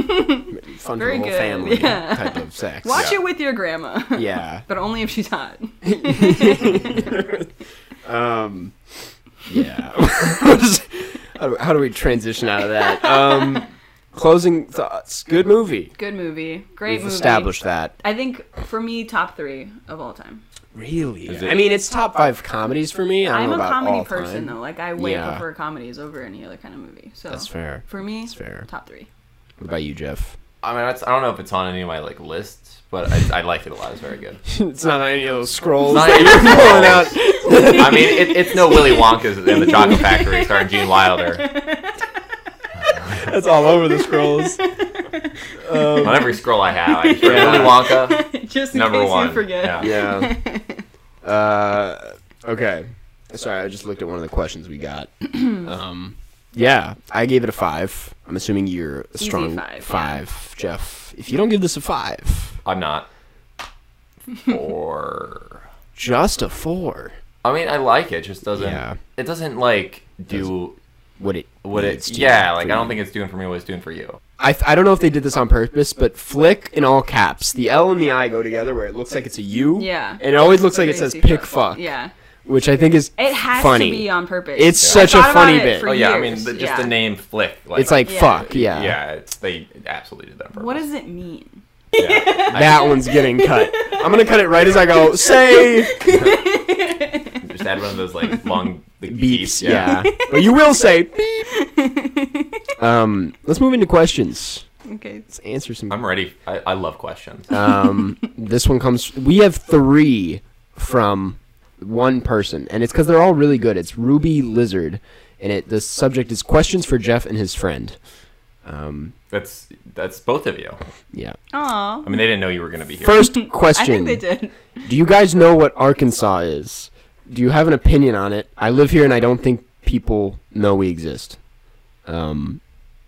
for the whole good, family yeah. type of sex. Watch yeah. it with your grandma. Yeah. but only if she's hot. Um, yeah. how, do, how do we transition out of that? Um, closing thoughts. Good movie. Good movie. Great We've movie. established that. I think for me, top three of all time. Really? Is it- I mean, it's top five comedies for me. I don't I'm know a about comedy all person time. though. Like I way Yeah. prefer comedies over any other kind of movie. So That's fair. For me, That's fair. top three. What about you, Jeff? I mean, that's, I don't know if it's on any of my like lists, but I, I like it a lot. It's very good. it's not on any of those scrolls Not that even- you're pulling out. I mean, it, it's no Willy Wonka's in the Chocolate Factory starring Gene Wilder. That's all over the scrolls. On every scroll I have, I just write Yeah. Willy Wonka Just in number case one. you forget. Yeah. Yeah. Uh, okay. Sorry, I just looked at one of the questions we got. um, yeah, I gave it a five. I'm assuming you're a Easy strong five, yeah. five, Jeff. If you don't give this a five, I'm not. Or just a four, I mean, I like it. Just doesn't. Yeah. It doesn't like do what it what needs it's. to Yeah, do like for I don't you. think it's doing for me what it's doing for you. I, I don't know if they did this on purpose, but flick in all caps. The L and the I go together where it looks like it's a U. Yeah. And it always looks like it Crazy says pick fuck, Yeah. which I think is It has funny. to be on purpose. It's I such a thought about funny it bit. for Oh yeah, I mean, years. the, just Yeah. the name Flick. Like, It's like Yeah. fuck, yeah. yeah, it's, they absolutely did that. on Purpose. What does it mean? Yeah. That one's getting cut. I'm gonna cut it right as I go. Say Just add one of those like long the beeps, yeah. but you will say beep. Um, let's move into questions. Okay. Let's answer some. I'm ready. I, I love questions. Um, this one comes. We have three from one person, and it's because they're all really good. It's Ruby Lizard, and it the subject is questions for Jeff and his friend. Um, That's that's both of you. yeah. Aw. I mean, they didn't know you were gonna be here. First I question. think they did. Do you guys know what Arkansas is? Do you have an opinion on it? I live here and I don't think people know we exist. Um,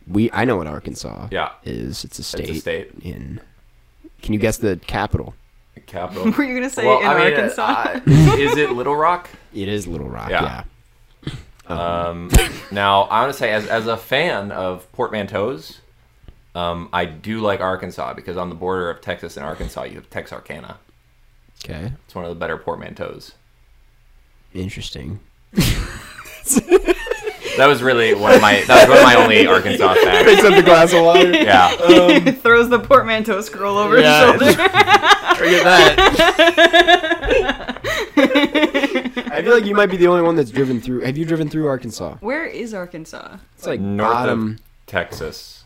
we I know what Arkansas Yeah, is. It's a state, it's a state in. Can you guess the capital? capital. Were you gonna say Well, in I mean, Arkansas? uh, I- is it Little Rock? It is Little Rock. Yeah. Yeah. Um, now, I want to say, as, as a fan of portmanteaus, um, I do like Arkansas because on the border of Texas and Arkansas, you have Texarkana. Okay. It's one of the better portmanteaus. Interesting. That was really one of my that was one of my only Arkansas facts. up the glass of water. Yeah, Throws the portmanteau scroll over Yeah, his shoulder. Forget that. I feel like you might be the only one that's driven through. Have you driven through Arkansas? Where is Arkansas? It's like North of- bottom. Texas,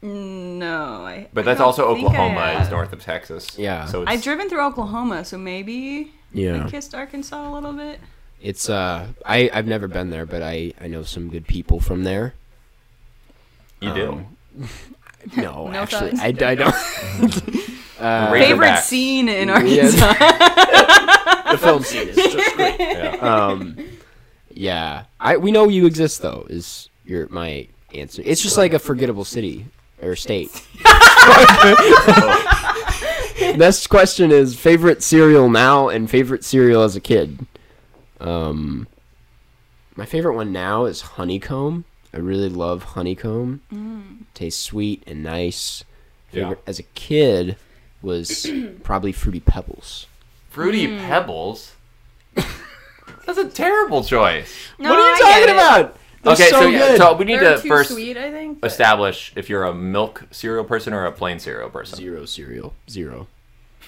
No, I. but I that's don't also think Oklahoma I, is have. north of Texas. Yeah. so it's, I've driven through Oklahoma, so maybe yeah. I kissed Arkansas a little bit. It's uh, I I've never been there, but I I know some good people from there. you do. um, No, No actually, offense. I, I don't. uh, Razorbacks. Favorite scene in Yeah. Arkansas. the film scene is just great. Yeah. Uh, Um, yeah, I we know you exist though. Is your my answer? It's just like a forgettable city or state. Next question is favorite cereal now and favorite cereal as a kid. Um, my favorite one now is honeycomb. I really love honeycomb. Mm. Tastes sweet and nice. Yeah. Favorite as a kid was probably fruity pebbles. Fruity hmm. Pebbles. That's a terrible choice. No, what are you I get talking it. about? okay, so, so yeah, good. so we need They're to too first sweet, I think. but- establish if you're a milk cereal person or a plain cereal person. Zero cereal. Zero.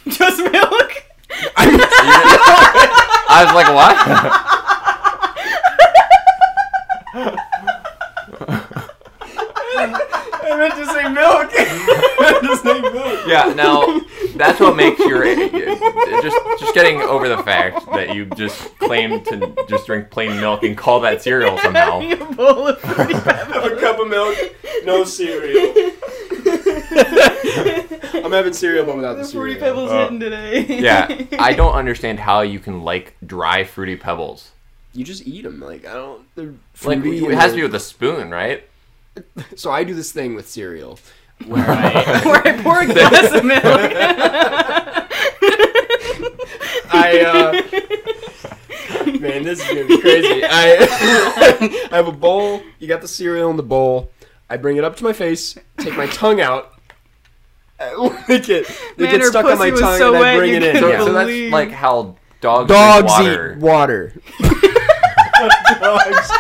Just milk. I was like, what? I meant to say milk. I meant to say milk. yeah. Now that's what makes your just just getting over the fact that you just claim to just drink plain milk and call that cereal somehow. Having a bowl of fruity pebbles. A cup of milk, no cereal. I'm having cereal, but without the, the cereal. fruity pebbles Uh, hitting today. Yeah, I don't understand how you can like dry fruity pebbles. You just eat them. Like I don't. They're Like fruity it and has to be they're- with a spoon, right? So I do this thing with cereal, where I, Where I pour a glass of milk. I uh, man, this is gonna be crazy. I I have a bowl. You got the cereal in the bowl. I bring it up to my face, take my tongue out. I lick it. It Man, gets her stuck on my pussy was tongue, so and I wet, bring you it in. So, couldn't Yeah. so that's Believe. like how dogs, Dogs drink water. eat water. dogs.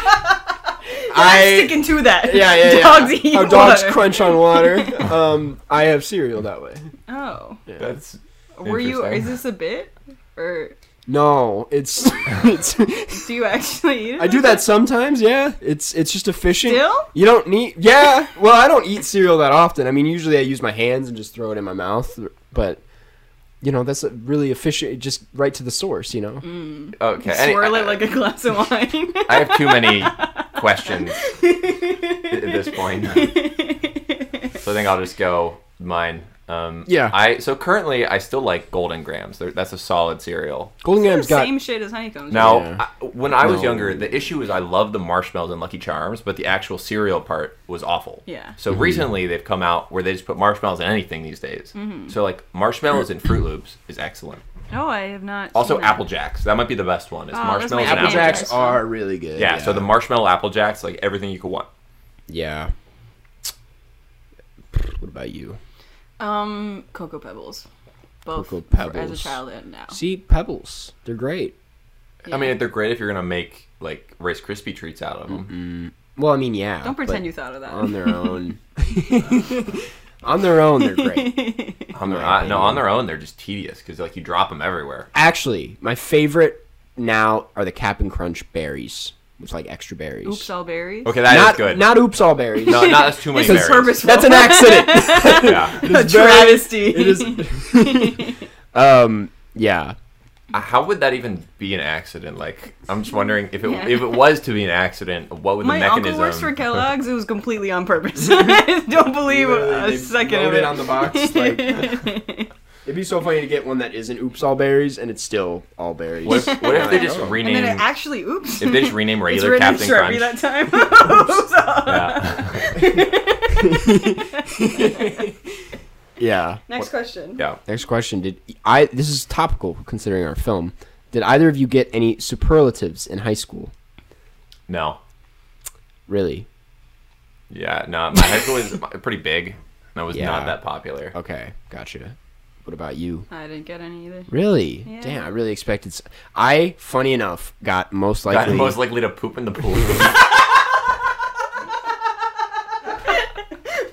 I Sticking to that. yeah yeah yeah. Dogs eat How dogs water. crunch on water. Um, I have cereal that way. Oh, That's were you? Interesting. Is this a bit, or No, it's it's. do you actually eat it? I do that sometimes. Yeah, it's it's just efficient. Still? You don't need. Yeah. Well, I don't eat cereal that often. I mean, usually I use my hands and just throw it in my mouth. But you know, that's a really efficient. Just right to the source. You know. Mm. okay. any- Swirl it like a glass of wine. I have too many questions at this point. So I think I'll just go mine. Um, Yeah. I so currently I still like Golden Grams. They're, that's a solid cereal. Golden Grams got. Same shit as honeycombs. Now, Yeah. I, when I was No. younger, the issue is I loved the marshmallows and Lucky Charms, but the actual cereal part was awful. Yeah. So Mm-hmm. recently they've come out where they just put marshmallows in anything these days. Mm-hmm. So like marshmallows and Fruit Loops is excellent. No, Oh, I have not. Also seen that. Apple Jacks. That might be the best one. It's Oh, that's marshmallows and my Apple Apple favorite. Jacks. Jacks are really good. Yeah, So the marshmallow Apple Jacks, like everything you could want. Yeah. What about you? Um, Cocoa Pebbles. Both Cocoa as a Pebbles. child and now. See pebbles. They're great. Yeah. I mean, they're great if you're gonna make like Rice Krispie treats out of them. Mm-hmm. Well, I mean, yeah. don't but pretend you thought of that. on their own. on their own, they're great. On their Right. no, on their own, they're just tedious because like you drop them everywhere. Actually, my favorite now are the Cap'n Crunch berries with like extra berries. Oops, all berries. Okay, that is not, good. Not oops all berries. no, not that's too many This is berries. purposeful. That's an accident. Yeah. A It's very- travesty. it is. um. Yeah. Uh, How would that even be an accident? Like, I'm just wondering if it Yeah. if it was to be an accident, what would the My mechanism? uncle works for Kellogg's. It was completely on purpose. I don't believe a second of it. on the box. Like, it'd be so funny to get one that isn't oops all berries and it's still all berries. what if, what if they just and rename? then it actually, oops. if they just rename it's regular written Captain Sharpie Crunch? that time. Oops. yeah. yeah. Next question. yeah. Next question: Did I? This is topical considering our film. Did either of you get any superlatives in high school? No. Really? Yeah. No. My high school was pretty big, and I was Yeah. not that popular. Okay, gotcha. What about you? I didn't get any either. Really? Yeah. Damn, I really expected. s- I, funny enough, got most Got likely. most likely to poop in the pool.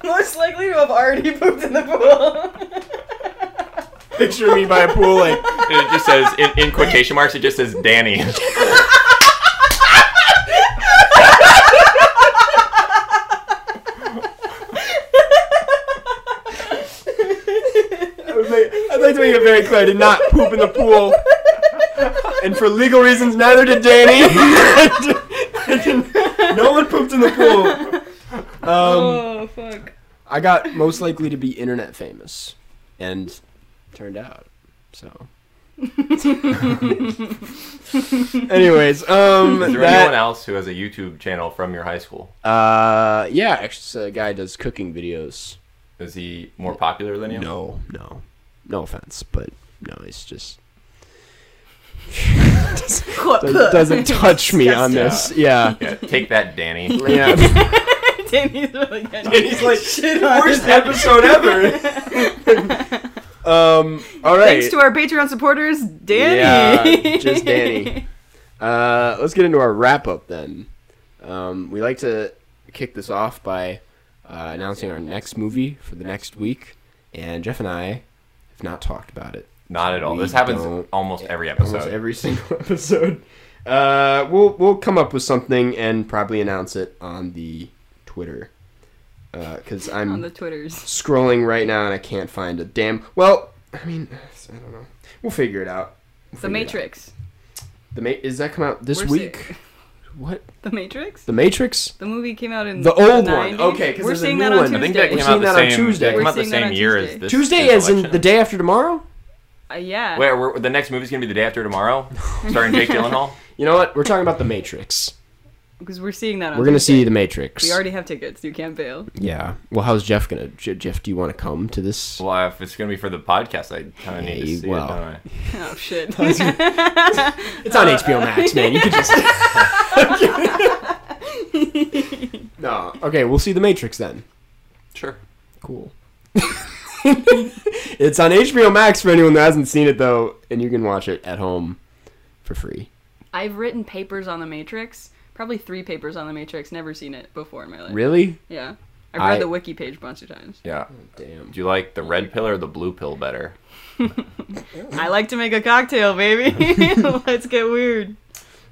Most likely to have already pooped in the pool. picture me by a pool, like it just says in, in quotation marks. It just says Danny. I would make- I'd like to make it very clear: I did not poop in the pool, and for legal reasons, neither did Danny. I did- I didn't- no one pooped in the pool. Um, oh fuck. I got most likely to be internet famous, and turned out so. Anyways, um, Is there anyone that, else who has a YouTube channel from your high school? uh, yeah, actually, a guy does cooking videos. Is he more popular than you? No, no, no offense, but no, it's just does, doesn't touch me on this. Yeah, Yeah, take that, Danny. yeah. Danny's really good. Danny's like, Shit on it. episode ever. um. All right. Thanks to our Patreon supporters, Danny. Yeah, just Danny. Uh, let's get into our wrap up then. Um, we like to kick this off by uh, announcing our next movie for the next week, and Jeff and I have not talked about it. Not at all. We This happens don't- almost every episode. Almost every single episode. Uh, we'll we'll come up with something and probably announce it on the Twitter. Because I'm on the Twitters. scrolling right now and I can't find a damn. Well, I mean, I don't know. We'll figure it out. We'll The figure it Matrix. out. The Ma- is that come out this We're week? sick. What? The Matrix? The Matrix? The movie came out in The old one. 90s. Okay, 'cause we're there's a seeing new that on one. Tuesday. I think that We're came seeing out the that on same. Tuesday. that came We're out the seeing that same on year Tuesday. as this. Tuesday, this as in election. the day after tomorrow. Uh, yeah. Wait, we're, the next movie's gonna be the day after tomorrow, starring Jake Gyllenhaal. You know what? We're talking about the Matrix. Because we're seeing that on We're gonna Tuesday. see the Matrix. We already have tickets. You can't bail. yeah. Well, how's Jeff gonna? Je- Jeff, do you want to come to this? Well, if it's gonna be for the podcast, I kind of need Hey, to see well. it. Don't I? Oh, shit. It's on HBO Max, man. You can just. no. Okay, we'll see the Matrix then. Sure. Cool. it's on HBO Max for anyone that hasn't seen it though, and you can watch it at home for free. I've written papers on the Matrix. Probably three papers on the Matrix. Never seen it before in my life. Really? Yeah. I've read I- the wiki page a bunch of times. Yeah. Damn. Do you like the red pill or the blue pill better? I like to make a cocktail, baby. Let's get weird.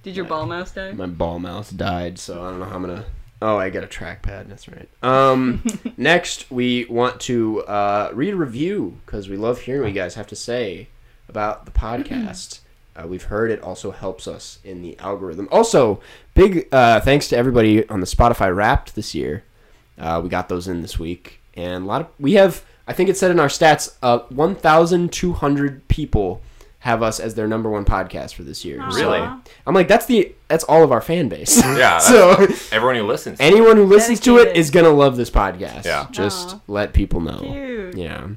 Did your ball mouse die? My ball mouse died, so I don't know how I'm gonna. Oh, I got a trackpad. That's right. Um, next we want to uh, read a review because we love hearing what you guys have to say about the podcast. Uh, we've heard it also helps us in the algorithm. Also, big uh, thanks to everybody on the Spotify Wrapped this year. Uh, we got those in this week, and a lot of we have. I think it said in our stats, uh, 1,200 people have us as their number one podcast for this year. So- Really? I'm like, that's the that's all of our fan base. Yeah, so Everyone who listens. anyone who listens to it Dedicated. is gonna love this podcast. Yeah. Just Aw. let people know. Cute. Yeah.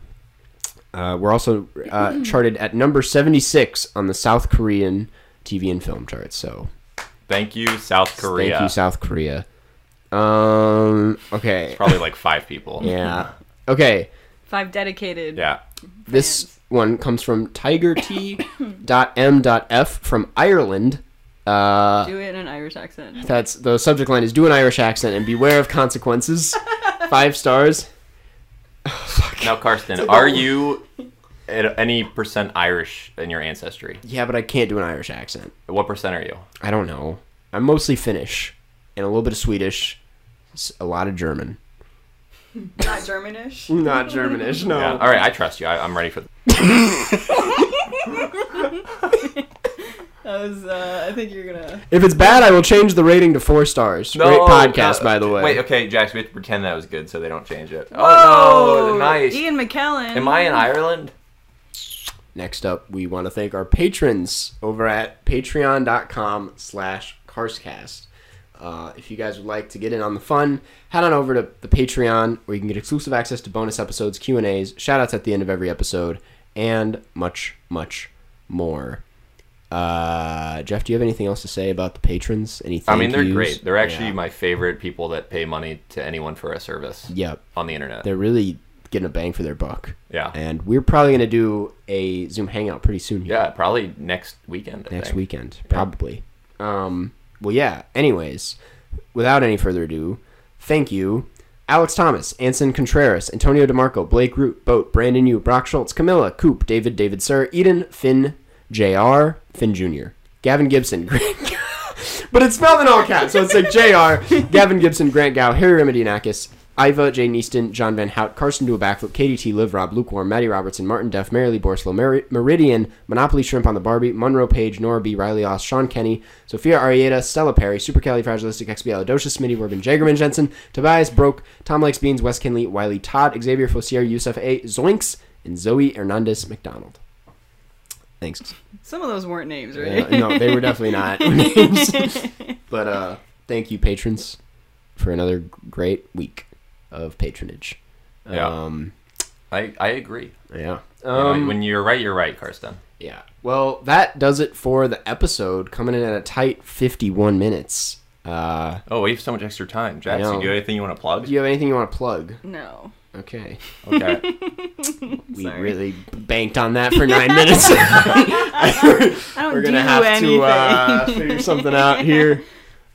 Uh, we're also uh, charted at number 76 on the South Korean TV and film charts. So Thank you, South Korea. thank you, South Korea. Um. Okay. Probably like five people. Yeah. Okay. Five dedicated. Yeah. This Fans. one comes from TigerT.m.f from Ireland. Uh, Do it in an Irish accent. That's the subject line is do an Irish accent and beware of consequences. Five stars. Oh, Now, Karsten, are you at any percent Irish in your ancestry? Yeah, but I can't do an Irish accent. What percent are you? I don't know. I'm mostly Finnish and a little bit of Swedish, s- a lot of German. Not Germanish. Not Germanish, no. Yeah. All right, I trust you. I, I'm ready for. The- That was, uh, I think you're gonna. If it's bad, I will change the rating to four stars. Great podcast, by the way. uh, Wait, okay, Jax, we have to pretend that was good so they don't change it. Oh, Oh, no, nice. Ian McKellen. Am I in Ireland? Next up, we want to thank our patrons over at patreon.com slash carscast. Uh, if you guys would like to get in on the fun, head on over to the Patreon where you can get exclusive access to bonus episodes, Q&As, shoutouts at the end of every episode, and much, much more. Uh, Jeff, do you have anything else to say about the patrons? Anything? I mean, they're great. They're actually my favorite people that pay money to anyone for a service Yep. on the internet. They're really getting a bang for their buck. Yeah. And we're probably going to do a Zoom hangout pretty soon here. Yeah, probably next weekend. I next think. weekend probably um well yeah anyways without any further ado thank you alex thomas anson contreras antonio demarco blake root boat brandon yu brock schultz camilla coop david david sir eden finn jr finn jr gavin gibson grant but it's spelled in all caps so it's like jr gavin gibson grant gow harry remedianakis Iva, Jay Neeston, John Van Hout, Carson do a backflip, KDT, Liv Rob, Lukewarm, Maddie Robertson, Martin Duff, Marilee Borslow, Mer- Meridian, Monopoly Shrimp on the Barbie, Monroe Page, Nora B, Riley Oss, Sean Kenny, Sophia Arieta, Stella Perry, Supercalifragilistic, Expialidocious, Smitty Werbin, Jagerman Jensen, Tobias Broke, Tom Likes Beans, Wes Kinley, Wiley Todd, Xavier Fossier, Yusuf A, Zoinks, and Zoe Hernandez McDonald. Thanks. Some of those weren't names, Uh, right? no, they were definitely not names. but uh, thank you, patrons, for another great week of patronage. Yeah. Um, I, I agree. yeah. You know, Um, when you're right, you're right, Karsten. yeah. Well, that does it for the episode. Coming in at a tight 51 minutes. Uh, Oh, we have so much extra time. I Jax, know. you do anything you want to plug? do you have anything you want to plug? No. Okay. Okay. We Sorry. really banked on that for nine minutes. I don't We're do gonna have anything. to uh, figure something out here.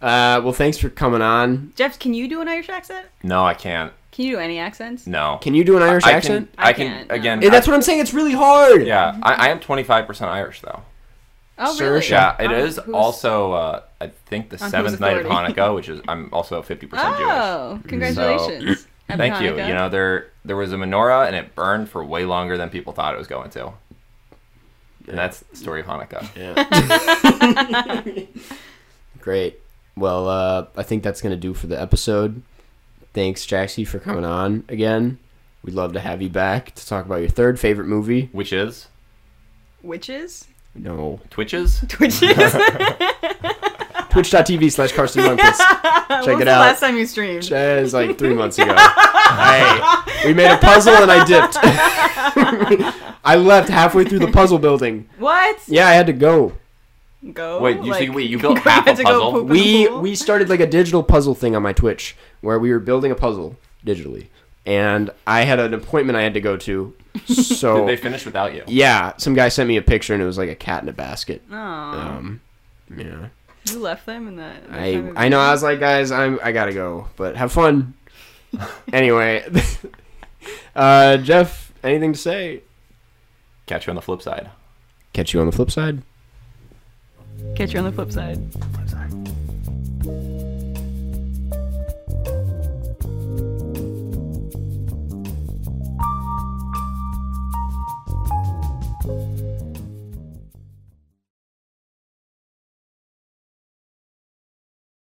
Uh, well, thanks for coming on. Jeff, can you do an Irish accent? No, I can't. Can you do any accents? No. Can you do an Irish I accent? Can, I, I can can't, no. again. Eh, that's what I'm saying. It's really hard. I- yeah, I, I am 25% Irish though. Oh, Sure, really? sure. Yeah, it Oh, is who's- also uh, I think the whose seventh night of authority? Hanukkah, which is I'm also 50% Jewish. Oh, congratulations. Happy Thank you. Hanukkah. You know there there was a menorah and it burned for way longer than people thought it was going to. And that's the story of Hanukkah. Great. Well, uh, I think that's gonna do for the episode. Thanks, Jaxie, for coming on again. We'd love to have you back to talk about your third favorite movie. Which is Witches? No. Twitches. Twitches? Twitch.tv slash Carson Rumpus. Check it the out. last time you streamed? That is like three months ago. I, we made a puzzle and I dipped. I left halfway through the puzzle building. What? Yeah, I had to go. Go. Wait, you like, think- wait, you built had half a to go puzzle? poop in the we pool? we started like a digital puzzle thing on my Twitch where we were building a puzzle digitally, and I had an appointment I had to go to. Did So they finish without you? yeah, some guy sent me a picture and it was like a cat in a basket. Aw, Um, yeah, you left them in that. that I time of I know. I year? was like, guys, I'm I gotta go, but have fun. anyway, uh, Jeff, anything to say? Catch you on the flip side. Catch you on the flip side. Catch you on the flip side. Flip side.